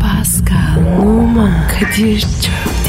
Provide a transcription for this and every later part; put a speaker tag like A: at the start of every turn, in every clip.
A: Pascal, Oman, Kadir çok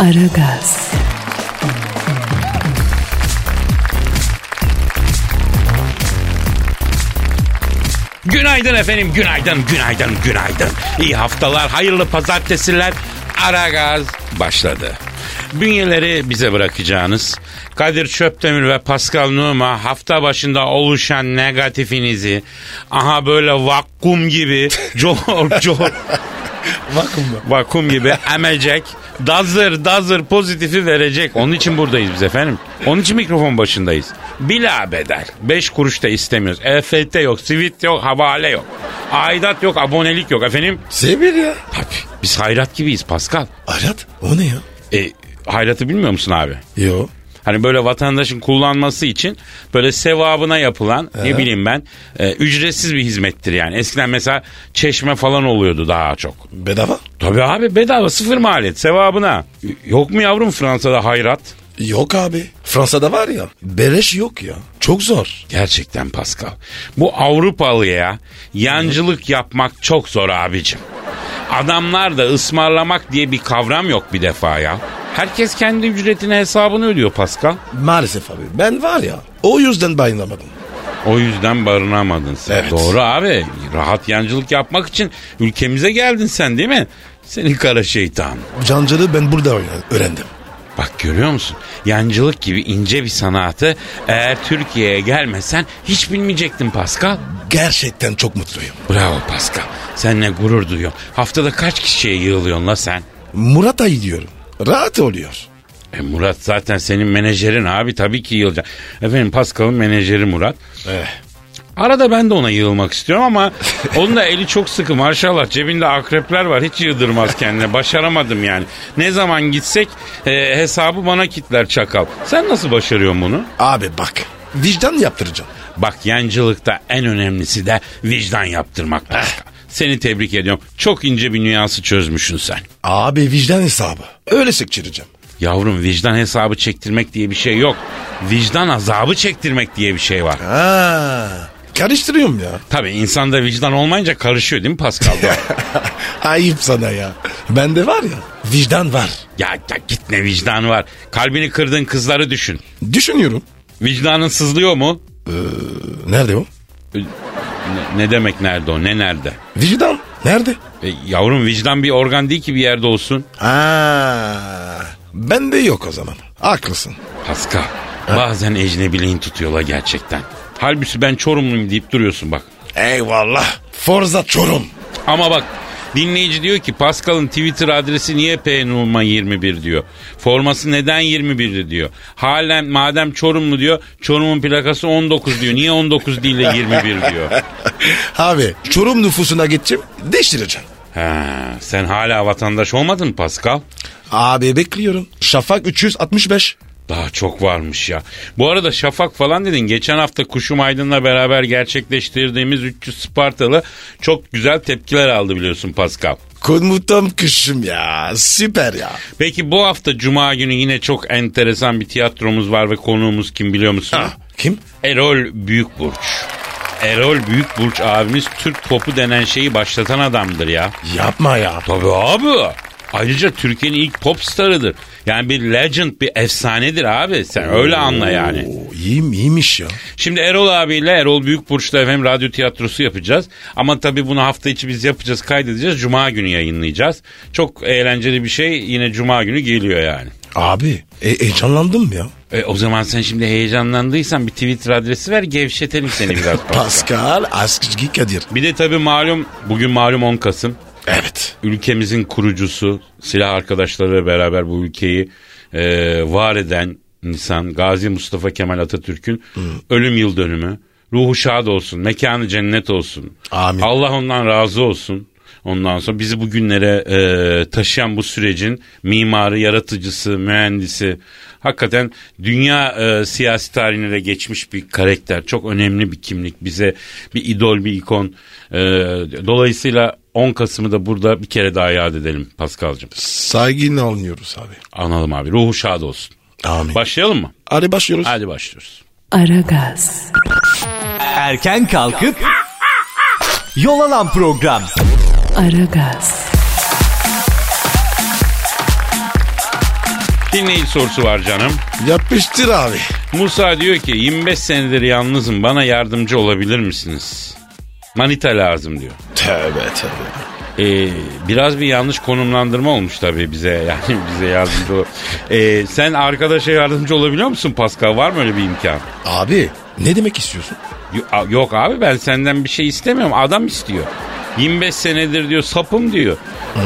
A: Aragaz,
B: Günaydın efendim, günaydın, günaydın, günaydın. İyi haftalar, hayırlı pazartesiler. Ara gaz başladı. Bünyeleri bize bırakacağınız Kadir Çöptemir ve Pascal Numa hafta başında oluşan negatifinizi aha böyle vakum gibi cor cor
C: Bakın mı?
B: vakum gibi emecek dazır dazır pozitifi verecek. Onun için buradayız biz efendim. Onun için mikrofon başındayız. Bila bedel. Beş kuruş da istemiyoruz. EFT yok, sivit yok, havale yok. Aidat yok, abonelik yok efendim.
C: Sevil ya.
B: Tabii biz hayrat gibiyiz Pascal.
C: Arat o ne ya?
B: E, hayratı bilmiyor musun abi?
C: Yo.
B: Hani böyle vatandaşın kullanması için böyle sevabına yapılan ne bileyim ben e, ücretsiz bir hizmettir yani. Eskiden mesela çeşme falan oluyordu daha çok.
C: Bedava?
B: Tabii abi bedava sıfır maliyet sevabına. Y- Yok mu yavrum Fransa'da hayrat?
C: Yok abi. Fransa'da var ya. Beleş yok ya. Çok zor.
B: Gerçekten Pascal. Bu Avrupalıya yancılık yapmak çok zor abicim. Adamlar da ısmarlamak diye bir kavram yok bir defa ya. Herkes kendi ücretine hesabını ödüyor Pascal.
C: Maalesef abi. Ben var ya. O yüzden bayılamadım.
B: O yüzden barınamadın sen.
C: Evet.
B: Doğru abi. Rahat yancılık yapmak için ülkemize geldin sen değil mi? Senin kara şeytan.
C: Cancalı ben burada oynadım, öğrendim.
B: Bak görüyor musun? Yancılık gibi ince bir sanatı eğer Türkiye'ye gelmesen hiç bilmeyecektin Pascal.
C: Gerçekten çok mutluyum.
B: Bravo Pascal. Seninle gurur duyuyorum. Haftada kaç kişiye yığılıyorsun la sen?
C: Murat'a gidiyorum. Rahat oluyor.
B: E Murat zaten senin menajerin abi tabii ki yığılacak. Efendim Pascal'ın menajeri Murat.
C: Eh.
B: Arada ben de ona yığılmak istiyorum ama onun da eli çok sıkı maşallah cebinde akrepler var hiç yığdırmaz kendine başaramadım yani. Ne zaman gitsek e, hesabı bana kitler çakal. Sen nasıl başarıyorsun bunu?
C: Abi bak. Vicdan yaptıracağım.
B: Bak yancılıkta en önemlisi de vicdan yaptırmak Pascal. Seni tebrik ediyorum. Çok ince bir nüansı çözmüşsün sen.
C: Abi vicdan hesabı. Öyle sektireceğim.
B: Yavrum vicdan hesabı çektirmek diye bir şey yok. Vicdan azabı çektirmek diye bir şey var.
C: Ha. Karıştırıyorum ya.
B: Tabii insanda vicdan olmayınca karışıyor değil mi Pascal?
C: Ayıp sana ya. Bende var ya. Vicdan var.
B: ya, ya git ne vicdanı var. Kalbini kırdığın kızları düşün.
C: Düşünüyorum.
B: Vicdanın sızlıyor mu? E,
C: Nerede o?
B: Ne, ne demek nerede o? Ne nerede?
C: Vicdan. Nerede?
B: E, yavrum vicdan bir organ değil ki bir yerde olsun.
C: Aa, bende yok o zaman. Haklısın.
B: Pascal bazen ecnebiliğin tutuyor la gerçekten. Halbuki ben Çorumluyum deyip duruyorsun bak.
C: Eyvallah. Forza Çorum.
B: Ama bak dinleyici diyor ki Pascal'ın Twitter adresi niye Pnuma 21 diyor. Forması neden 21 diyor. Halen madem Çorumlu diyor Çorum'un plakası 19 diyor. Niye 19 değil de 21 diyor.
C: Abi Çorum nüfusuna gideceğim değiştireceğim.
B: Ha, sen hala vatandaş olmadın mı Pascal?
C: Abi bekliyorum. Şafak 365.
B: Daha çok varmış ya. Bu arada Şafak falan dedin. Geçen hafta Kuşum Aydın'la beraber gerçekleştirdiğimiz 300 Spartalı çok güzel tepkiler aldı biliyorsun Pascal.
C: Komutam kışım ya. Süper ya.
B: Peki bu hafta Cuma günü yine çok enteresan bir tiyatromuz var ve konuğumuz kim biliyor musun?
C: Kim?
B: Erol Büyükburç. Erol Büyükburç abimiz Türk popu denen şeyi başlatan adamdır ya.
C: Yapma ya.
B: Tabii abi. Ayrıca Türkiye'nin ilk pop starıdır. Yani bir legend, bir efsanedir abi. Sen öyle anla yani.
C: Oo, iyiyim, iyiymiş ya.
B: Şimdi Erol abiyle Erol Büyükburç'la efendim radyo tiyatrosu yapacağız. Ama tabii bunu hafta içi biz yapacağız, kaydedeceğiz. Cuma günü yayınlayacağız. Çok eğlenceli bir şey yine Cuma günü geliyor yani.
C: Abi e, heyecanlandım ya.
B: E, o zaman sen şimdi heyecanlandıysan bir Twitter adresi ver gevşetelim seni biraz.
C: Pascal Askizgi Kadir.
B: bir de tabii malum bugün malum 10 Kasım.
C: Evet.
B: Ülkemizin kurucusu silah arkadaşları beraber bu ülkeyi e, var eden insan Gazi Mustafa Kemal Atatürk'ün ölüm yıl dönümü. Ruhu şad olsun, mekanı cennet olsun.
C: Amin.
B: Allah ondan razı olsun. Ondan sonra bizi bugünlere e, taşıyan bu sürecin mimarı, yaratıcısı, mühendisi hakikaten dünya e, siyasi tarihine de geçmiş bir karakter. Çok önemli bir kimlik bize bir idol, bir ikon. E, dolayısıyla 10 Kasım'ı da burada bir kere daha yad edelim Paskal'cığım.
C: Saygıyla alınıyoruz abi.
B: Analım abi ruhu şad olsun.
C: Amin.
B: Başlayalım mı?
C: Hadi başlıyoruz.
B: Hadi başlıyoruz.
A: Aragaz,
D: Erken kalkıp yol alan program.
A: Aragaz,
B: Dinleyici sorusu var canım.
C: Yapıştır abi.
B: Musa diyor ki 25 senedir yalnızım bana yardımcı olabilir misiniz? Manita lazım diyor.
C: Tövbe tövbe.
B: Ee, biraz bir yanlış konumlandırma olmuş tabii bize yani bize yardımcı ol. Ee, sen arkadaşa yardımcı olabiliyor musun Pascal? Var mı öyle bir imkan?
C: Abi ne demek istiyorsun?
B: Yo- a- Yok abi ben senden bir şey istemiyorum. Adam istiyor. 25 senedir diyor sapım diyor.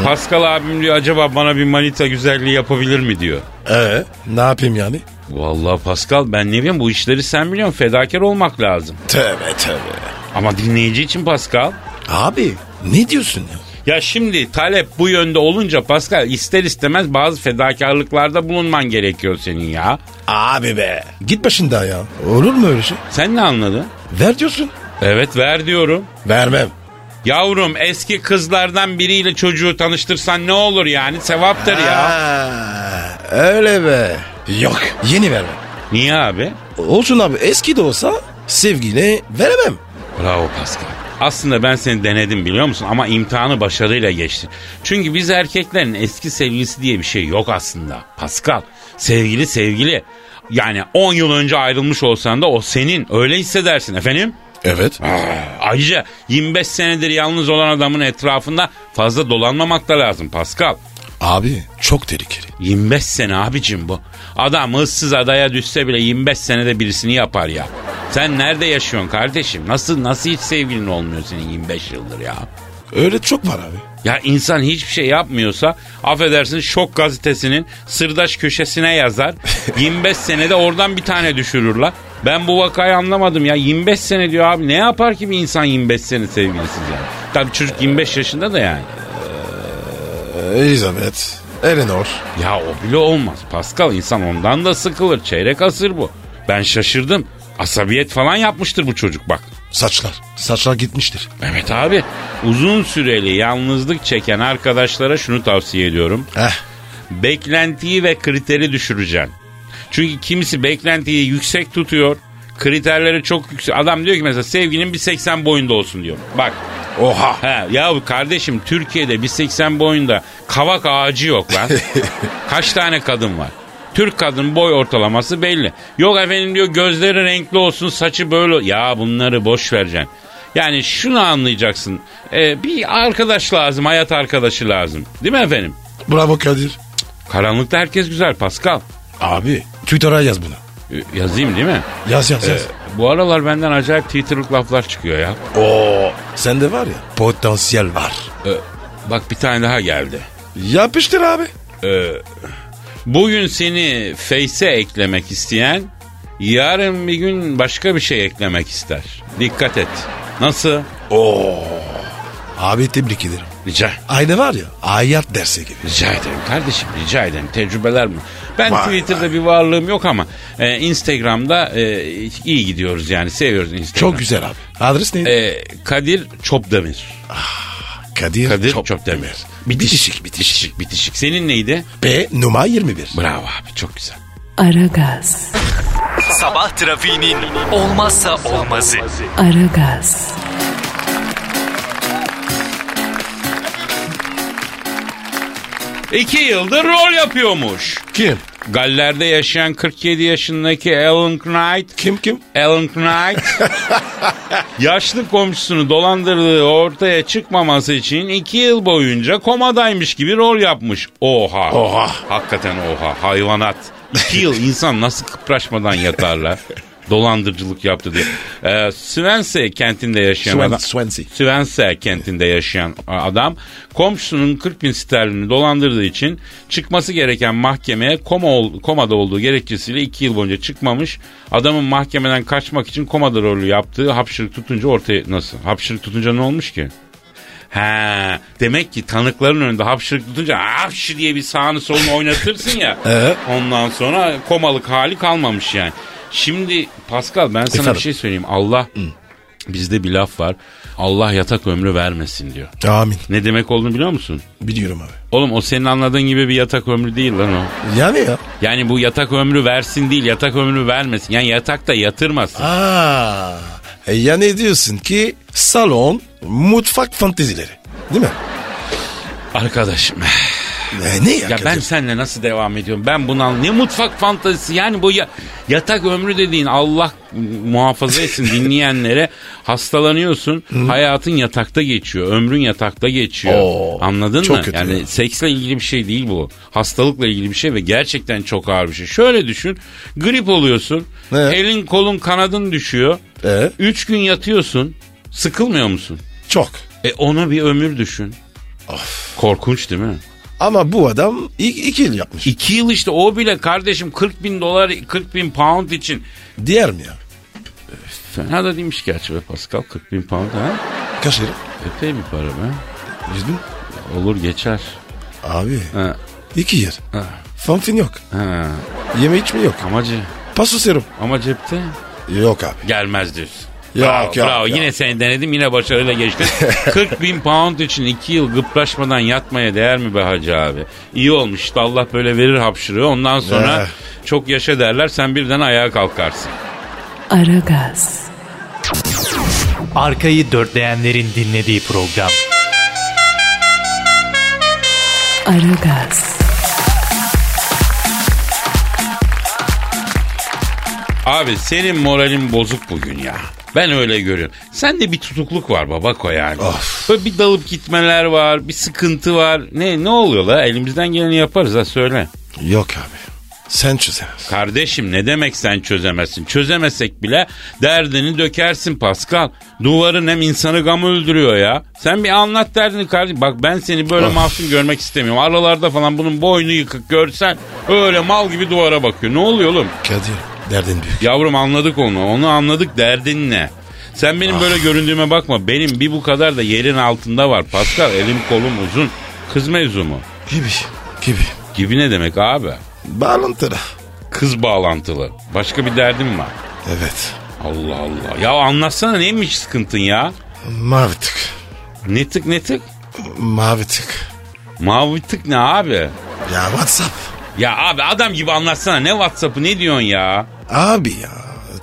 B: Pascal abim diyor acaba bana bir manita güzelliği yapabilir mi diyor.
C: Ee, ne yapayım yani?
B: Vallahi Pascal ben ne bileyim bu işleri sen biliyorsun fedakar olmak lazım.
C: Tövbe tövbe.
B: Ama dinleyici için Pascal.
C: Abi ne diyorsun ya?
B: Ya şimdi talep bu yönde olunca Pascal ister istemez bazı fedakarlıklarda bulunman gerekiyor senin ya.
C: Abi be. Git başında ya. Olur mu öyle şey?
B: Sen ne anladın?
C: Ver diyorsun.
B: Evet ver diyorum.
C: Vermem.
B: Yavrum eski kızlardan biriyle çocuğu tanıştırsan ne olur yani sevaptır ya.
C: Aa, öyle be. Yok yeni vermem.
B: Niye abi?
C: Olsun abi eski de olsa sevgiyle veremem.
B: Bravo Pascal. Aslında ben seni denedim biliyor musun ama imtihanı başarıyla geçtin. Çünkü biz erkeklerin eski sevgilisi diye bir şey yok aslında Pascal. Sevgili sevgili. Yani 10 yıl önce ayrılmış olsan da o senin öyle hissedersin efendim.
C: Evet.
B: Ayrıca 25 senedir yalnız olan adamın etrafında fazla dolanmamak da lazım Pascal.
C: Abi çok tehlikeli.
B: 25 sene abicim bu. Adam ıssız adaya düşse bile 25 senede birisini yapar ya. Sen nerede yaşıyorsun kardeşim? Nasıl nasıl hiç sevgilin olmuyor senin 25 yıldır ya?
C: Öyle çok var abi.
B: Ya insan hiçbir şey yapmıyorsa affedersin Şok gazetesinin sırdaş köşesine yazar. 25 senede oradan bir tane düşürürler. Ben bu vakayı anlamadım ya. 25 sene diyor abi. Ne yapar ki bir insan 25 sene sevgilisiz yani? Tabii çocuk 25 yaşında da yani.
C: Elizabeth, Eleanor.
B: Ya o bile olmaz. Pascal insan ondan da sıkılır. Çeyrek asır bu. Ben şaşırdım. Asabiyet falan yapmıştır bu çocuk bak.
C: Saçlar. Saçlar gitmiştir.
B: Mehmet abi uzun süreli yalnızlık çeken arkadaşlara şunu tavsiye ediyorum.
C: Heh.
B: Beklentiyi ve kriteri düşüreceksin. Çünkü kimisi beklentiyi yüksek tutuyor. Kriterleri çok yüksek. Adam diyor ki mesela sevgilin bir 80 boyunda olsun diyor. Bak.
C: Oha.
B: He, ya kardeşim Türkiye'de bir 80 boyunda kavak ağacı yok lan. Kaç tane kadın var? Türk kadın boy ortalaması belli. Yok efendim diyor gözleri renkli olsun saçı böyle. Ya bunları boş vereceksin. Yani şunu anlayacaksın. Ee, bir arkadaş lazım hayat arkadaşı lazım. Değil mi efendim?
C: Bravo Kadir.
B: Karanlıkta herkes güzel Pascal.
C: Abi. Twitter'a yaz bunu.
B: Ee, Yazayım değil mi?
C: Yaz yaz yaz.
B: Bu aralar benden acayip Twitter'lık laflar çıkıyor ya.
C: Oo. Sende var ya. Potansiyel var.
B: Ee, bak bir tane daha geldi.
C: Yapıştır abi.
B: Bugün seni Face'e eklemek isteyen yarın bir gün başka bir şey eklemek ister. Dikkat et. Nasıl?
C: Abi tebrik ederim.
B: Rica.
C: Aynı var ya. Hayat dersi gibi.
B: Rica ederim kardeşim rica ederim tecrübeler mi? Ben
C: Vay
B: Twitter'da bir varlığım yok ama e, Instagram'da e, iyi gidiyoruz yani seviyoruz Instagram.
C: Çok güzel abi. Adres neydi?
B: E, Kadir Çopdemir.
C: Kadir,
B: Kadir
C: Çop-
B: Çopdemir.
C: Bitişik bitişik.
B: Bitişik bitişik. Senin neydi?
C: P numara 21.
B: Bravo abi çok güzel.
A: Aragaz,
D: Sabah trafiğinin olmazsa olmazı.
A: Aragaz,
B: İki yıldır rol yapıyormuş.
C: Kim?
B: Galler'de yaşayan 47 yaşındaki Alan Knight
C: Kim kim?
B: Alan Knight yaşlı komşusunu dolandırdığı ortaya çıkmaması için iki yıl boyunca komadaymış gibi rol yapmış. Oha.
C: Oha.
B: Hakikaten oha. Hayvanat. İki yıl insan nasıl kıpraşmadan yatarlar. Dolandırıcılık yaptı diye. Ee, Swansea kentinde yaşayan
C: Swan-
B: adam.
C: Swansea.
B: Swansea kentinde yaşayan adam komşusunun 40 bin sterlini dolandırdığı için çıkması gereken mahkemeye koma ol- komada olduğu gerekçesiyle 2 yıl boyunca çıkmamış. Adamın mahkemeden kaçmak için komada rolü yaptığı hapşırık tutunca ortaya nasıl? Hapşırık tutunca ne olmuş ki? He, demek ki tanıkların önünde hapşırık tutunca hapşı diye bir sağını solunu oynatırsın ya.
C: Evet.
B: Ondan sonra komalık hali kalmamış yani. Şimdi Pascal ben sana
C: Efendim?
B: bir şey söyleyeyim. Allah bizde bir laf var. Allah yatak ömrü vermesin diyor.
C: Amin.
B: Ne demek olduğunu biliyor musun?
C: Biliyorum abi.
B: Oğlum o senin anladığın gibi bir yatak ömrü değil lan o.
C: Yani ya.
B: Yani bu yatak ömrü versin değil yatak ömrü vermesin. Yani yatakta yatırmasın.
C: Aa, e, yani diyorsun ki salon mutfak fantezileri. Değil mi?
B: Arkadaşım.
C: E, ne ya?
B: Ya ben senle nasıl devam ediyorum? Ben bunu anlam- Ne mutfak fantazisi yani bu ya- yatak ömrü dediğin Allah muhafaza etsin dinleyenlere hastalanıyorsun. Hayatın yatakta geçiyor. Ömrün yatakta geçiyor.
C: Oo,
B: Anladın
C: çok
B: mı?
C: kötü
B: yani
C: ya.
B: seksle ilgili bir şey değil bu. Hastalıkla ilgili bir şey ve gerçekten çok ağır bir şey. Şöyle düşün. Grip oluyorsun.
C: Ee?
B: Elin kolun kanadın düşüyor.
C: Ee?
B: Üç gün yatıyorsun. Sıkılmıyor musun?
C: Çok.
B: E ona bir ömür düşün. Korkunç değil mi?
C: Ama bu adam iki, iki yıl yapmış.
B: İki yıl işte o bile kardeşim 40 bin dolar 40 bin pound için.
C: Diğer mi ya?
B: Fena da değilmiş gerçi be Pascal 40 bin pound ha.
C: Kaç lira?
B: Epey bir para be.
C: Yüz bin?
B: Olur geçer.
C: Abi
B: Ha,
C: iki yer.
B: ha,
C: Fanfin yok.
B: ha.
C: Yeme içme yok.
B: Amacı
C: Paso serum.
B: ama cepte
C: Yok abi.
B: gelmez diyorsun.
C: Yok,
B: bravo,
C: yok,
B: bravo.
C: yok.
B: yine seni denedim yine başarıyla geçtin. 40 bin pound için iki yıl gıplaşmadan yatmaya değer mi be hacı abi? İyi olmuş işte Allah böyle verir hapşırığı ondan sonra
C: Eh.
B: çok yaşa derler sen birden ayağa kalkarsın.
A: Aragaz,
D: Arkayı dörtleyenlerin dinlediği program.
A: Aragaz,
B: Abi senin moralin bozuk bugün ya. Ben öyle görüyorum. Sende bir tutukluk var babako yani.
C: Of.
B: Böyle bir dalıp gitmeler var, bir sıkıntı var. Ne ne oluyor la? Elimizden geleni yaparız ha söyle.
C: Yok abi. Sen çözemez.
B: Kardeşim ne demek sen çözemezsin? Çözemesek bile derdini dökersin Pascal. Duvarın hem insanı gam öldürüyor ya. Sen bir anlat derdini kardeşim. Bak ben seni böyle mahzun görmek istemiyorum. Aralarda falan bunun boynu yıkık görsen öyle mal gibi duvara bakıyor. Ne oluyor oğlum?
C: Kadir derdin büyük.
B: Yavrum anladık onu. Onu anladık derdin ne? Sen benim böyle göründüğüme bakma. Benim bir bu kadar da yerin altında var. Pascal elim kolum uzun. Kız mevzu mu?
C: Gibi. Gibi.
B: Gibi ne demek abi?
C: Bağlantıda.
B: Kız bağlantılı. Başka bir derdim var.
C: Evet.
B: Allah Allah. Ya anlatsana neymiş sıkıntın ya?
C: Mavi tık.
B: Ne tık ne tık?
C: Mavi tık.
B: Mavi tık ne abi?
C: Ya WhatsApp.
B: Ya abi adam gibi anlatsana. Ne Whatsapp'ı ne diyorsun ya?
C: Abi ya.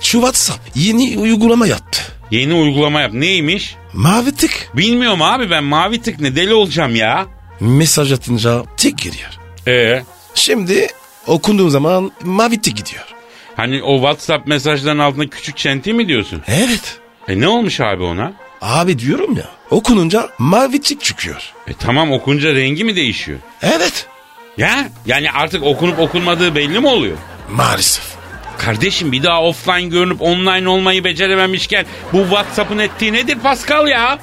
C: Şu WhatsApp yeni uygulama yaptı.
B: Yeni uygulama yap. Neymiş?
C: Mavi tık.
B: Bilmiyorum abi ben mavi tık ne deli olacağım ya.
C: Mesaj atınca tık giriyor.
B: Ee?
C: Şimdi okunduğum zaman mavi tık gidiyor.
B: Hani o WhatsApp mesajların altında küçük çenti mi diyorsun?
C: Evet.
B: E ne olmuş abi ona?
C: Abi diyorum ya. Okununca mavi tık çıkıyor.
B: E tamam okunca rengi mi değişiyor?
C: Evet.
B: Ya yani artık okunup okunmadığı belli mi oluyor?
C: Maalesef.
B: Kardeşim bir daha offline görünüp online olmayı becerememişken bu WhatsApp'ın ettiği nedir Pascal ya?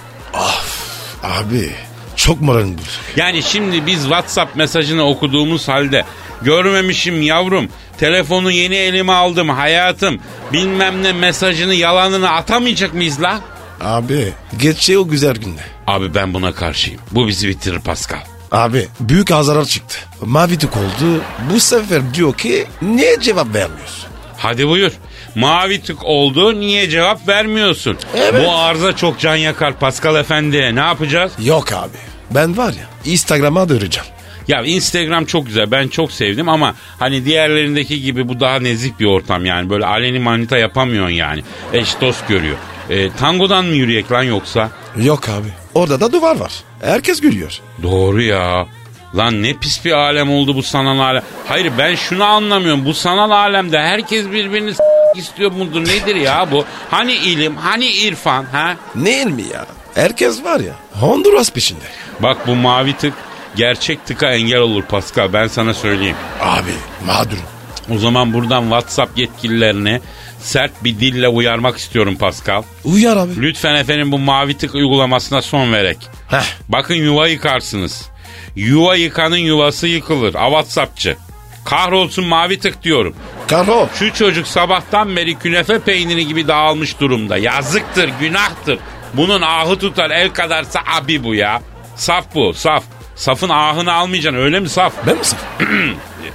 C: Abi çok moralim bozuk.
B: Yani şimdi biz WhatsApp mesajını okuduğumuz halde görmemişim yavrum, telefonu yeni elime aldım hayatım, bilmem ne mesajını yalanını atamayacak mıyız la?
C: Abi geçe o güzel günde.
B: Abi ben buna karşıyım. Bu bizi bitirir Pascal.
C: Abi büyük zarar çıktı. Mavi tık oldu. Bu sefer diyor ki niye cevap vermiyorsun?
B: Hadi buyur. Mavi tık oldu niye cevap vermiyorsun?
C: Evet.
B: Bu arıza çok can yakar Pascal Efendi. Ne yapacağız?
C: Yok abi. Ben var ya Instagram'a da öreceğim.
B: Ya Instagram çok güzel ben çok sevdim ama hani diğerlerindeki gibi bu daha nezih bir ortam yani. Böyle aleni manita yapamıyorsun yani. Eş dost görüyor. E, tangodan mı yürüyek lan yoksa?
C: Yok abi. Orada da duvar var. Herkes gülüyor.
B: Doğru ya. Lan ne pis bir alem oldu bu sanal alem. Hayır ben şunu anlamıyorum. Bu sanal alemde herkes birbirini s- istiyor mudur nedir ya bu? Hani ilim, hani irfan ha?
C: Ne mi ya? Herkes var ya Honduras peşinde.
B: Bak bu mavi tık gerçek tıka engel olur Pascal ben sana söyleyeyim.
C: Abi mağdurum.
B: O zaman buradan WhatsApp yetkililerine sert bir dille uyarmak istiyorum Pascal.
C: Uyar abi.
B: Lütfen efendim bu mavi tık uygulamasına son verek.
C: Heh.
B: Bakın yuva yıkarsınız. Yuva yıkanın yuvası yıkılır. A WhatsAppçı. Kahrolsun mavi tık diyorum.
C: Karo.
B: Şu çocuk sabahtan beri künefe peyniri gibi dağılmış durumda. Yazıktır, günahtır. Bunun ahı tutar el kadarsa abi bu ya. Saf bu saf. Safın ahını almayacaksın öyle mi saf?
C: Ben mi saf?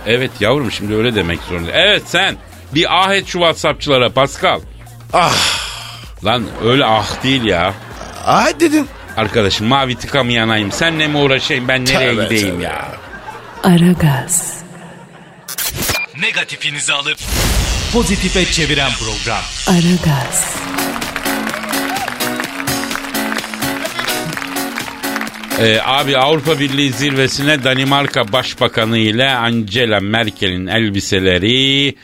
B: Evet yavrum şimdi öyle demek zorunda. Evet sen bir ah et şu Whatsappçılara Pascal.
C: Ah.
B: Lan öyle ah değil ya.
C: Ay dedin.
B: Arkadaşım mavi tıka mı yanayım? Senle mi uğraşayım ben nereye
C: Tövbe,
B: gideyim
C: tövbe.
B: ya?
A: Aragaz,
D: Negatifinizi alıp pozitife çeviren program.
A: Aragaz,
B: Ee, abi Avrupa Birliği zirvesine Danimarka Başbakanı ile Angela Merkel'in elbiseleri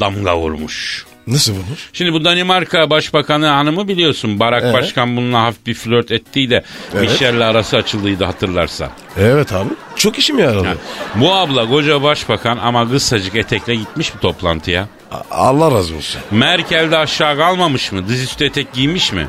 B: damga vurmuş.
C: Nasıl vurmuş?
B: Şimdi bu Danimarka Başbakanı hanımı biliyorsun Barak
C: Evet.
B: Başkan bununla hafif bir flört ettiği de
C: Evet.
B: Michel'le arası açıldıydı hatırlarsan.
C: Evet abi. Çok işim yaradı.
B: Bu abla koca başbakan ama kısacık etekle gitmiş bir toplantıya.
C: A- Allah razı olsun.
B: Merkel de aşağı kalmamış mı? Dizüstü etek giymiş mi?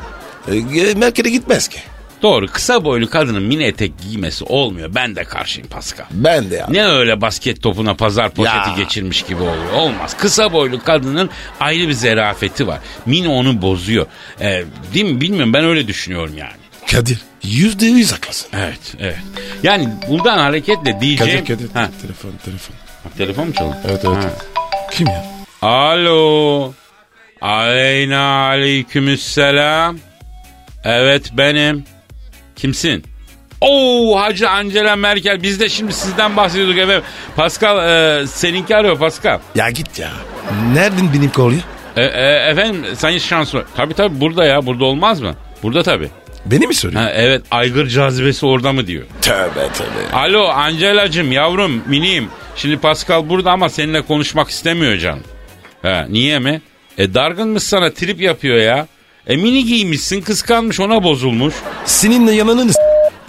C: E, Merkel'e gitmez ki.
B: Doğru kısa boylu kadının mini etek giymesi olmuyor. Ben de karşıyım Pascal.
C: Ben de ya.
B: Ne öyle basket topuna pazar poşeti
C: Ya.
B: geçirmiş gibi oluyor. Olmaz. Kısa boylu kadının ayrı bir zerafeti var. Mini onu bozuyor. Ee, değil mi bilmiyorum ben öyle düşünüyorum yani.
C: Kadir. Yüzde yüz haklısın.
B: Evet evet. Yani buradan hareketle diyeceğim.
C: Kadir Kadir.
B: Ha,
C: Telefon telefon.
B: telefon mu çalıyor?
C: Evet evet.
B: Ha.
C: Kim ya?
B: Alo. Aleyna aleykümselam. Evet benim. Kimsin? Oo Hacı Angela Merkel biz de şimdi sizden bahsediyorduk efendim. Pascal e, seninki arıyor Pascal.
C: Ya git ya. Nereden benim kolye?
B: E, e, efendim sayın şansı. Tabii tabii burada ya burada olmaz mı? Burada tabii.
C: Beni mi soruyor?
B: Ha, evet aygır cazibesi orada mı diyor.
C: Tövbe tövbe.
B: Alo Angelacım yavrum miniyim. Şimdi Pascal burada ama seninle konuşmak istemiyor canım. He, niye mi? E dargın mı sana trip yapıyor ya? E mini giymişsin kıskanmış ona bozulmuş.
C: Seninle yananınız.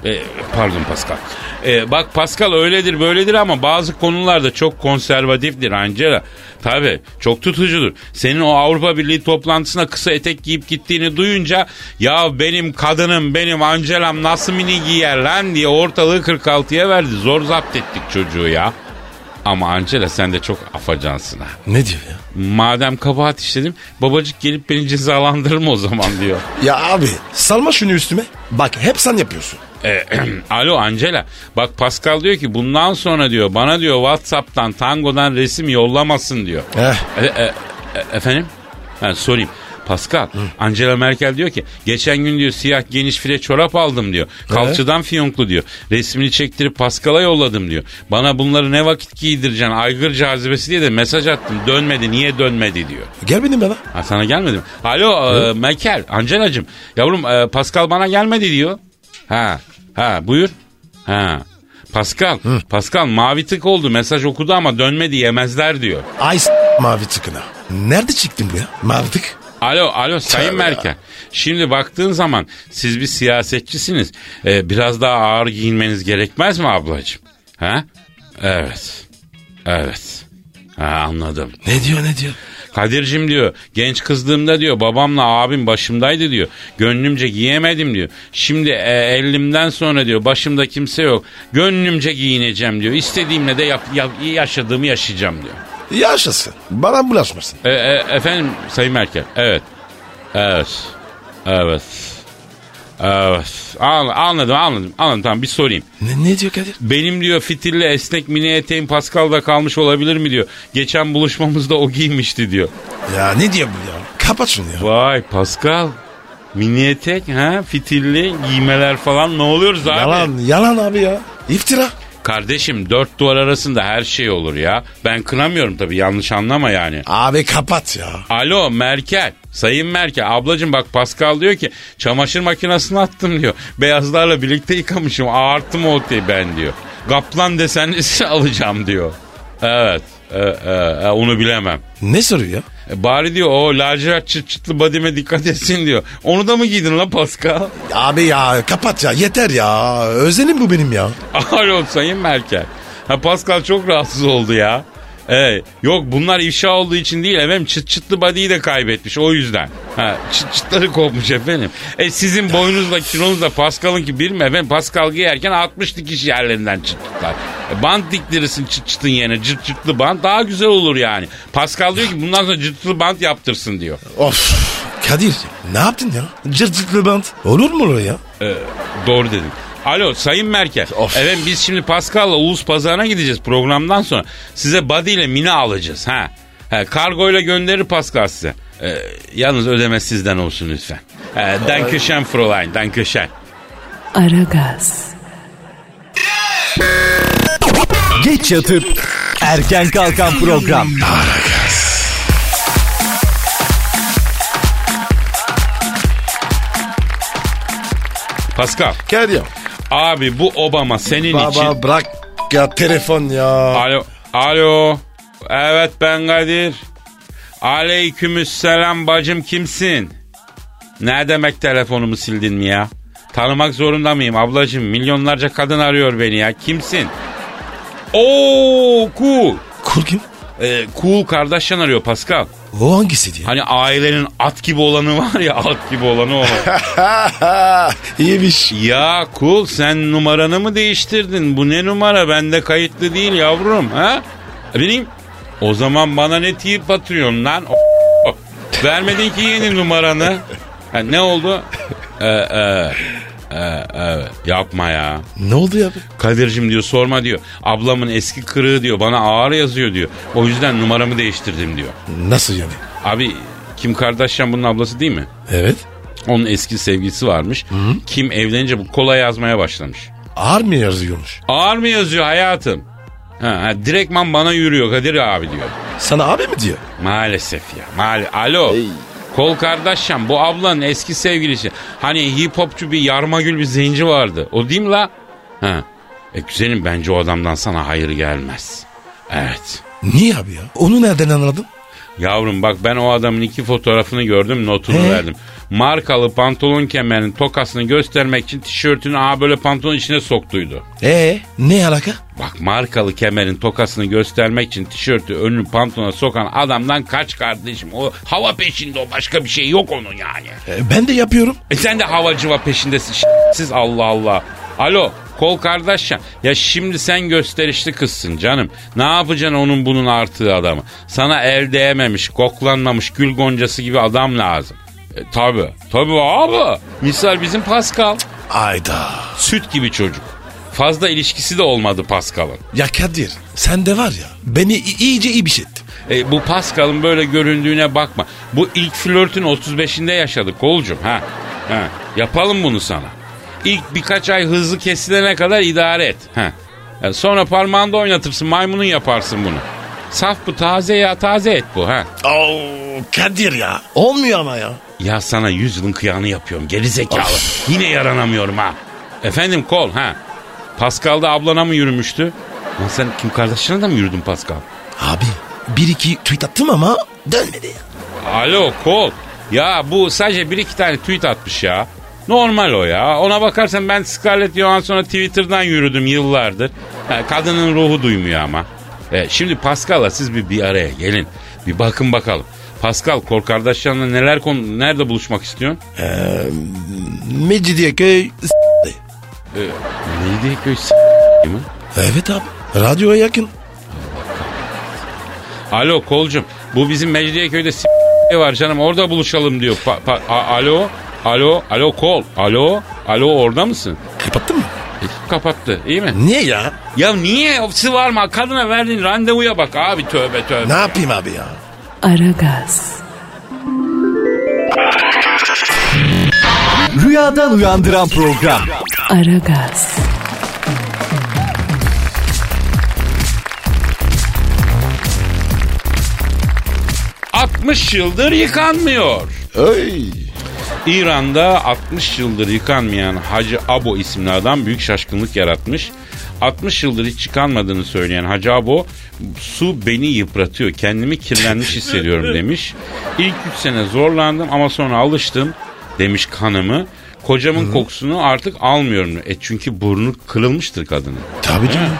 B: E, pardon Pascal. E, bak Pascal öyledir böyledir ama bazı konularda çok konservatiftir Angela. Tabi çok tutucudur. Senin o Avrupa Birliği toplantısına kısa etek giyip gittiğini duyunca ya benim kadınım benim Angela'm nasıl mini giyer lan diye ortalığı 46'ya verdi. Zor zapt ettik çocuğu ya. Ama Angela sen de çok afacansın ha.
C: Ne diyor ya?
B: Madem kabahat işledim babacık gelip beni cezalandırma o zaman diyor.
C: Ya abi salma şunu üstüme. Bak hep sen yapıyorsun.
B: E, Alo Angela. Bak Pascal diyor ki bundan sonra diyor bana diyor Whatsapp'tan tangodan resim yollamasın diyor.
C: Eh.
B: E, e, e, efendim? Ha, sorayım. Pascal, Angela Merkel diyor ki geçen gün diyor siyah geniş file çorap aldım diyor. Kalçadan fiyonklu diyor. Resmini çektirip Pascal'a yolladım diyor. Bana bunları ne vakit giydireceksin aygır cazibesi diye de mesaj attım. Dönmedi niye dönmedi diyor.
C: Gel benim bana.
B: Ha, sana gelmedi mi? Alo e, Merkel, Angelacığım. Yavrum e, Pascal bana gelmedi diyor. Ha, ha buyur. Ha. Pascal, Pascal mavi tık oldu mesaj okudu ama dönmedi yemezler diyor.
C: Ay s- mavi tıkına. Nerede çıktın bu ya? Mavi tık.
B: Alo, alo Sayın
C: Tövbe
B: Merkel. Şimdi baktığın zaman siz bir siyasetçisiniz. E, biraz daha ağır giyinmeniz gerekmez mi ablacığım? Ha? Evet. Evet. Ha, anladım.
C: Ne diyor ne diyor?
B: Kadir'cim diyor genç kızdığımda diyor babamla abim başımdaydı diyor. Gönlümce giyemedim diyor. Şimdi e, ellimden sonra diyor başımda kimse yok. Gönlümce giyineceğim diyor. İstediğimle de yap, yap- yaşadığımı yaşayacağım diyor.
C: Yaşasın. Bana bulaşmasın.
B: E, e, efendim Sayın Merkel evet. Evet. Evet. Evet. An- Anladım anladım. Anladım tamam bir sorayım.
C: Ne, ne diyor Kadir?
B: Benim diyor fitilli esnek mini eteğim Pascal'da kalmış olabilir mi diyor. Geçen buluşmamızda o giymişti diyor.
C: Ya ne diyor bu ya? Kapat şunu ya.
B: Vay Pascal. Mini etek ha fitilli giymeler falan ne oluyoruz abi?
C: Yalan yalan abi ya. İftira.
B: Kardeşim dört duvar arasında her şey olur ya. Ben kınamıyorum tabii yanlış anlama yani.
C: Abi kapat ya.
B: Alo Merkel. Sayın Merkel ablacım bak Pascal diyor ki çamaşır makinesine attım diyor. Beyazlarla birlikte yıkamışım ağarttım o oteyi ben diyor. Kaplan desenlisi alacağım diyor. Evet e, e, e, onu bilemem.
C: Ne soruyor ya?
B: E, bari diyor o lacivert çıt çıtlı badime dikkat etsin diyor. Onu da mı giydin la Pascal?
C: Abi ya kapat ya yeter ya. Özenim bu benim ya.
B: Alo Sayın Merkel. Ha Pascal çok rahatsız oldu ya. Ee, yok bunlar ifşa olduğu için değil efendim çıt çıtlı body'yi de kaybetmiş o yüzden. Ha, çıt çıtları kopmuş efendim. E sizin boyunuzla kilonuzla Pascal'ın ki bir mi efendim? Pascal giyerken 60 dikiş yerlerinden çıt çıtlar. E, bant diktirirsin çıt çıtın yerine cırt cırtlı bant daha güzel olur yani. Pascal diyor ki bundan sonra cırtlı bant yaptırsın diyor.
C: Of Kadir ne yaptın ya? Cırt cırtlı bant. Olur mu olur ya?
B: Ee, doğru dedim. Alo Sayın Merkel.
C: Of.
B: Evet biz şimdi Pascal'la Uğuz Pazarı'na gideceğiz programdan sonra. Size Buddy ile Mina alacağız. Ha. ha kargoyla gönderir Pascal size. Ee, yalnız ödeme sizden olsun lütfen. Ee, danke schön Fräulein, danke schön.
A: Aragaz,
D: Geç yatıp erken kalkan program.
B: Pascal,
C: Kadir
B: abi bu Obama senin için...
C: Baba bırak ya telefon ya.
B: Alo. Alo. Evet ben Kadir. Aleykümselam bacım kimsin? Ne demek telefonumu sildin mi ya? Tanımak zorunda mıyım ablacığım? Milyonlarca kadın arıyor beni ya. Kimsin? Oo cool.
C: Kul kim?
B: Ee, cool kardeşten arıyor Pascal.
C: O hangisi diye.
B: Hani ailenin at gibi olanı var ya at gibi olanı o.
C: İyiymiş.
B: ya cool sen numaranı mı değiştirdin? Bu ne numara? Bende kayıtlı değil yavrum. Ha? Bileyim. O zaman bana ne tip atıyorsun lan? O- Vermedin ki yeni numaranı. Ha, ne oldu? Ee, e, e, e, yapma ya.
C: Ne oldu ya? abi?
B: Kadir'cim diyor sorma diyor. Ablamın eski kırığı diyor bana ağır yazıyor diyor. O yüzden numaramı değiştirdim diyor.
C: Nasıl yani?
B: Abi Kim Kardashian bunun ablası değil mi?
C: Evet.
B: Onun eski sevgilisi varmış. Kim evlenince bu kola yazmaya başlamış.
C: Ağır mı yazıyormuş?
B: Ağır mı yazıyor hayatım? Ha, ha, direktman bana yürüyor Kadir abi diyor.
C: Sana abi mi diyor?
B: Maalesef ya. Maal Alo. Kol kardeşim bu ablanın eski sevgilisi. Hani hip hopçu bir yarmagül bir zenci vardı. O değil mi la? Ha. E güzelim bence o adamdan sana hayır gelmez. Evet.
C: Niye abi ya? Onu nereden anladın?
B: Yavrum bak ben o adamın iki fotoğrafını gördüm notunu
C: He?
B: verdim. Markalı pantolon kemerinin tokasını göstermek için tişörtünü a böyle pantolon içine soktuydu.
C: Ee ne alaka?
B: Bak markalı kemerin tokasını göstermek için tişörtü önünü pantolona sokan adamdan kaç kardeşim. O hava peşinde o başka bir şey yok onun yani.
C: Ee, ben de yapıyorum.
B: E sen de havacıva peşindesin ş- siz Allah Allah. Alo kol kardeş ya. Ya şimdi sen gösterişli kızsın canım. Ne yapacaksın onun bunun artığı adamı? Sana el değmemiş, koklanmamış gül goncası gibi adam lazım. E, tabi tabi abi. Misal bizim Pascal.
C: Ayda.
B: Süt gibi çocuk. Fazla ilişkisi de olmadı Pascal'ın.
C: Ya Kadir sen de var ya beni i- iyice iyi bir şey ettin.
B: E, bu Pascal'ın böyle göründüğüne bakma. Bu ilk flörtün 35'inde yaşadık kolcum. Ha. ha. Yapalım bunu sana. İlk birkaç ay hızlı kesilene kadar idare et. Ha. E, sonra parmağında oynatırsın maymunun yaparsın bunu. Saf bu taze ya taze et bu ha.
C: Oo, Kadir ya. Olmuyor ama ya.
B: Ya sana yüz yılın kıyağını yapıyorum geri zekalı. Yine yaranamıyorum ha. Efendim kol ha. Pascal'da ablana mı yürümüştü? Lan sen kim kardeşine de mi yürüdün Pascal?
C: Abi bir iki tweet attım ama dönmedi.
B: Alo kol. Ya bu sadece bir iki tane tweet atmış ya. Normal o ya. Ona bakarsan ben Scarlett Johansson'a Twitter'dan yürüdüm yıllardır. Ha, kadının ruhu duymuyor ama. E, şimdi Pascal'la siz bir, bir araya gelin. Bir bakın bakalım. Pascal kol kardeşlerine neler konu nerede buluşmak istiyorsun?
C: Mecidiyeköy s-
B: Neydi köy s- mi?
C: Evet abi. Radyoya yakın.
B: Alo kolcum bu bizim Mecidiyeköy'de s- var canım orada buluşalım diyor. Pa- pa- a- alo alo alo kol alo alo orada mısın?
C: Kapattın mı?
B: E, kapattı iyi mi?
C: Niye ya?
B: Ya niye ofisi var mı? Kadına verdiğin randevuya bak abi tövbe tövbe.
C: Ne yapayım abi ya?
A: Aragaz,
D: Rüyadan uyandıran program.
A: Aragaz,
B: A- 60 yıldır yıkanmıyor.
C: Öy.
B: İran'da 60 yıldır yıkanmayan Hacı Abo isimli adam büyük şaşkınlık yaratmış. 60 yıldır hiç yıkanmadığını söyleyen Hacı Abo su beni yıpratıyor kendimi kirlenmiş hissediyorum demiş. İlk 3 sene zorlandım ama sonra alıştım demiş kanımı. Kocamın kokusunu artık almıyorum. E çünkü burnu kırılmıştır kadının.
C: Tabii canım.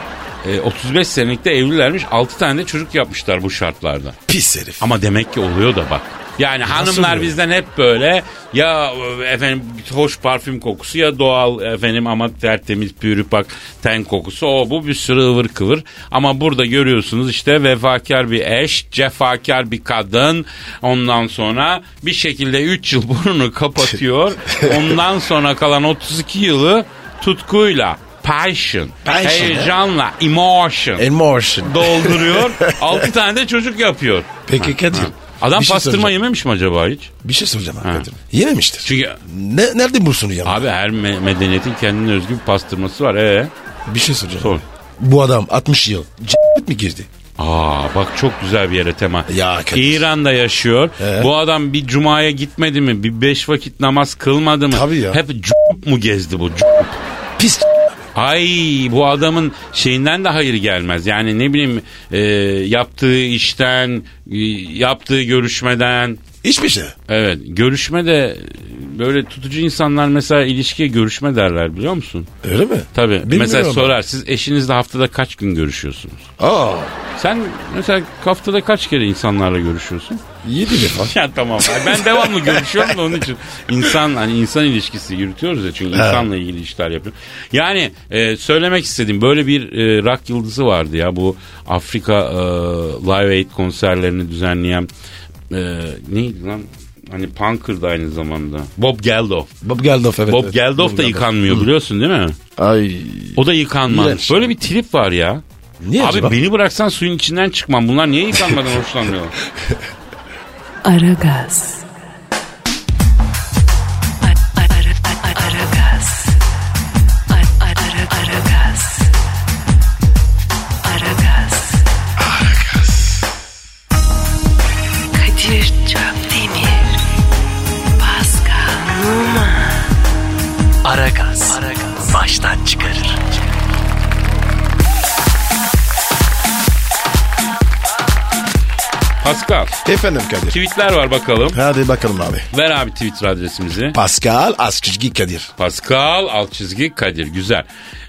B: E, 35 senelik de evlilermiş. 6 tane de çocuk yapmışlar bu şartlarda.
C: Pis herif.
B: Ama demek ki oluyor da bak. Yani hanımlar
C: oluyor?
B: bizden hep böyle ya e, efendim hoş parfüm kokusu ya doğal efendim ama tertemiz pürüpak ten kokusu o bu bir sürü ıvır kıvır. Ama burada görüyorsunuz işte vefakar bir eş, cefakar bir kadın ondan sonra bir şekilde 3 yıl burnunu kapatıyor. Ondan sonra kalan 32 yılı tutkuyla, passion,
C: Passion, E-
B: heyecanla, emotion
C: Emotion.
B: dolduruyor. 6 tane de çocuk yapıyor.
C: Peki Kadir.
B: Adam
C: bir şey
B: pastırma
C: soracağım.
B: yememiş mi acaba hiç?
C: Bir şey soracağım abi Kadir. Yememiştir.
B: Çünkü
C: Ne, nerede bursunu ya?
B: abi her me- medeniyetin kendine özgü bir pastırması var. Ee,
C: Bir şey soracağım.
B: sor.
C: Bu adam 60 yıl. C- mi girdi?
B: Aa bak çok güzel bir yere tema.
C: Ya Kadir.
B: İran'da yaşıyor.
C: Ee?
B: Bu adam bir cumaya gitmedi mi? Bir beş vakit namaz kılmadı mı?
C: Tabii ya.
B: Hep cup mu gezdi bu? cup?
C: Pis.
B: Ay bu adamın şeyinden de hayır gelmez. Yani ne bileyim e, yaptığı işten, e, yaptığı görüşmeden.
C: Hiçbir şey.
B: Evet görüşme de e, böyle tutucu insanlar mesela ilişkiye görüşme derler biliyor musun?
C: Öyle mi?
B: Tabii.
C: Bilmiyorum.
B: Mesela sorar siz eşinizle haftada kaç gün görüşüyorsunuz?
C: Aa,
B: Sen mesela haftada kaç kere insanlarla görüşüyorsun?
C: 7 defa.
B: Ya tamam. Ben devamlı görüşüyorum da onun için. İnsan hani insan ilişkisi yürütüyoruz ya çünkü insanla ilgili işler yapıyoruz. Yani e, söylemek istediğim böyle bir e, rock yıldızı vardı ya bu Afrika e, Live Aid konserlerini düzenleyen e, neydi lan? Hani punker da aynı zamanda. Bob Geldof.
C: Bob Geldof evet.
B: Bob
C: evet.
B: Geldof da yıkanmıyor biliyorsun değil mi?
C: Ay.
B: O da yıkanmaz.
C: İğrenç.
B: Böyle bir trip var ya.
C: Niye
B: Abi
C: acaba?
B: beni bıraksan suyun içinden çıkmam. Bunlar niye yıkanmadan hoşlanmıyor?
A: Aragaz. Aragaz. Aragaz. Aragaz. Kadir Çöpdemir. Pascal Numa.
E: Aragaz. Baştan çıkarır.
B: Pascal
C: Efendim Kadir.
B: tweetler var bakalım.
C: Hadi bakalım abi.
B: Ver abi Twitter adresimizi.
C: Pascal Askışgi Kadir.
B: Pascal alt çizgi Kadir güzel.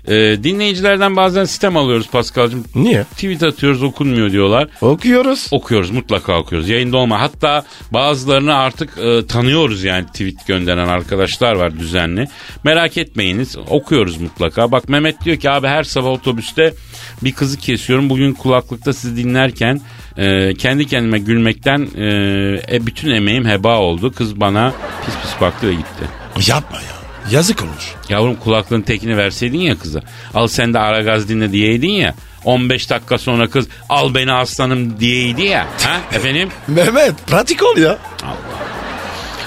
B: Ee, dinleyicilerden bazen sistem alıyoruz Pascal'cığım.
C: Niye?
B: Tweet atıyoruz okunmuyor diyorlar.
C: Okuyoruz.
B: Okuyoruz mutlaka okuyoruz. Yayında olma. Hatta bazılarını artık e, tanıyoruz yani tweet gönderen arkadaşlar var düzenli. Merak etmeyiniz okuyoruz mutlaka. Bak Mehmet diyor ki abi her sabah otobüste bir kızı kesiyorum. Bugün kulaklıkta sizi dinlerken e, kendi kendime gülmekten e, e, bütün emeğim heba oldu. Kız bana pis pis baktı ve gitti.
C: Yapma ya. Yazık olmuş.
B: Yavrum kulaklığın tekini verseydin ya kıza. Al sen de ara gaz dinle diyeydin ya. 15 dakika sonra kız al beni aslanım diyeydi ya. Ha efendim?
C: Mehmet pratik ol ya.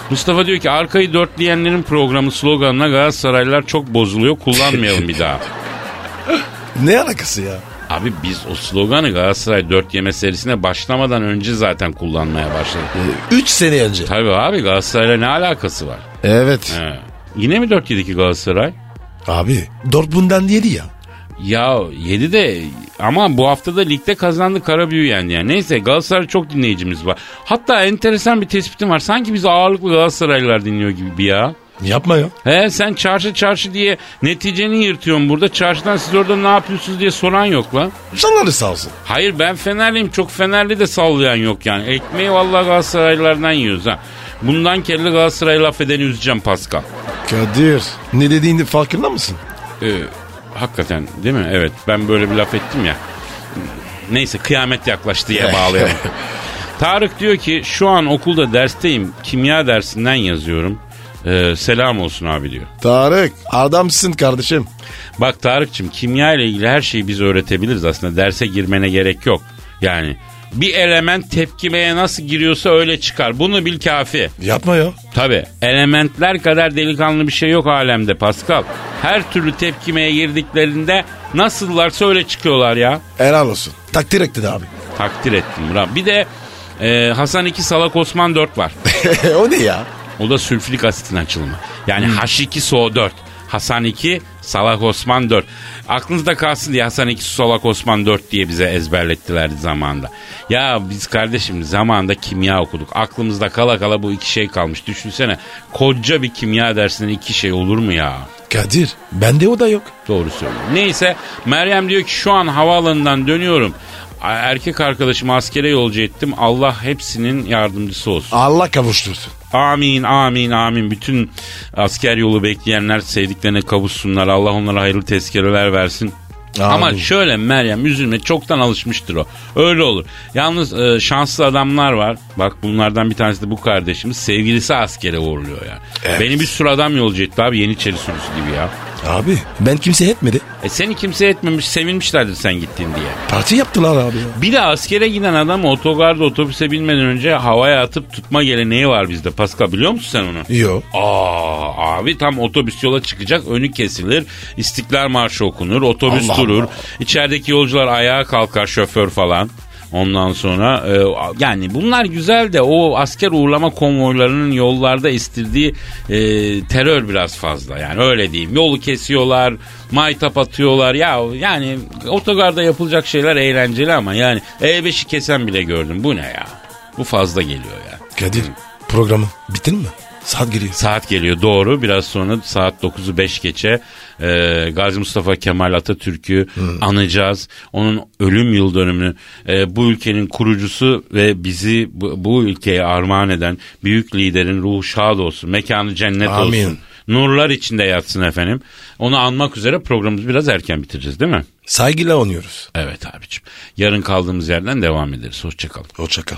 B: Mustafa diyor ki arkayı dörtleyenlerin programı sloganına Galatasaraylılar çok bozuluyor kullanmayalım bir daha.
C: Ne alakası ya?
B: Abi biz o sloganı Galatasaray dört yeme serisine başlamadan önce zaten kullanmaya başladık.
C: 3 sene önce.
B: Tabii abi Galatasaray'la ne alakası var?
C: Evet.
B: He. Yine mi dört yedi ki Galatasaray?
C: Abi Dortmund'dan yedi ya.
B: Ya 7 de ama bu hafta da ligde kazandı Karabüyü yendi yani. Neyse Galatasaray çok dinleyicimiz var. Hatta enteresan bir tespitim var. Sanki bizi ağırlıklı Galatasaraylılar dinliyor gibi bir ya.
C: Yapma ya.
B: He sen çarşı çarşı diye neticeni yırtıyorsun burada. Çarşıdan siz orada ne yapıyorsunuz diye soran yok lan.
C: Canları sağ olsun.
B: Hayır ben Fenerliyim çok Fenerli de sallayan yok yani. Ekmeği vallahi Galatasaraylılardan yiyoruz ha. Bundan kelli Galatasaray laf edeni üzeceğim Pascal.
C: Kadir. Ne dediğini farkında mısın?
B: Ee, hakikaten değil mi? Evet ben böyle bir laf ettim ya. Neyse kıyamet yaklaştı
C: Eh.
B: diye E, bağlayalım. Tarık diyor ki şu an okulda dersteyim. Kimya dersinden yazıyorum. Ee, selam olsun abi diyor.
C: Tarık adamsın kardeşim.
B: Bak Tarık'cığım kimya ile ilgili her şeyi biz öğretebiliriz aslında. Derse girmene gerek yok. Yani bir element tepkimeye nasıl giriyorsa öyle çıkar. Bunu bil kafi.
C: Yapma ya.
B: Tabi elementler kadar delikanlı bir şey yok alemde Pascal. Her türlü tepkimeye girdiklerinde nasıllarsa öyle çıkıyorlar ya.
C: Helal olsun. Takdir ettin abi.
B: Takdir ettim Murat. Bir de e, Hasan 2 Salak Osman 4 var.
C: o ne ya?
B: O da sülfürik asitin açılımı. Yani H2SO4. Hasan 2, Salak Osman 4. Aklınızda kalsın diye Hasan 2, Salak Osman 4 diye bize ezberlettiler zamanında. Ya biz kardeşim zamanında kimya okuduk. Aklımızda kala kala bu iki şey kalmış. Düşünsene koca bir kimya dersinden iki şey olur mu ya?
C: Kadir bende o da yok.
B: Doğru söylüyor. Neyse Meryem diyor ki şu an havaalanından dönüyorum. A- Erkek arkadaşımı askere yolcu ettim. Allah hepsinin yardımcısı olsun.
C: Allah kavuştursun.
B: Amin, amin, amin. Bütün asker yolu bekleyenler sevdiklerine kavuşsunlar. Allah onlara hayırlı tezkereler versin.
C: Amin.
B: Ama şöyle Meryem üzülme çoktan alışmıştır o. Öyle olur. Yalnız e, şanslı adamlar var. Bak bunlardan bir tanesi de bu kardeşimiz. Sevgilisi askere uğurluyor yani.
C: Evet.
B: Beni bir sürü adam yolcu etti abi Yeniçeri sürüsü gibi ya.
C: Abi ben kimse etmedi.
B: E seni kimse etmemiş sevinmişlerdir sen gittin diye.
C: Parti yaptılar abi ya.
B: Bir de askere giden adam otogarda otobüse binmeden önce havaya atıp tutma geleneği var bizde. Pascal biliyor musun sen onu?
C: Yo.
B: Aa abi tam otobüs yola çıkacak önü kesilir. İstiklal Marşı okunur. Otobüs
C: Allah
B: durur. İçerideki yolcular ayağa kalkar şoför falan. Ondan sonra e, yani bunlar güzel de o asker uğurlama konvoylarının yollarda estirdiği e, terör biraz fazla yani öyle diyeyim. Yolu kesiyorlar, maytap atıyorlar ya yani otogarda yapılacak şeyler eğlenceli ama yani E5'i kesen bile gördüm bu ne ya bu fazla geliyor ya.
C: Kadir programı bitirin mi? Saat giriyor.
B: Saat geliyor doğru. Biraz sonra saat 9'u 5 geçe e, Gazi Mustafa Kemal Atatürk'ü anacağız. Onun ölüm yıl dönümünü e, bu ülkenin kurucusu ve bizi bu, bu ülkeye armağan eden büyük liderin ruhu şad olsun. Mekanı cennet
C: Amin.
B: olsun. Nurlar içinde yatsın efendim. Onu anmak üzere programımızı biraz erken bitireceğiz değil mi?
C: Saygıyla oynuyoruz.
B: Evet abicim. Yarın kaldığımız yerden devam ederiz. Hoşçakalın.
C: Hoşçakal.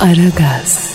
A: Aragaz.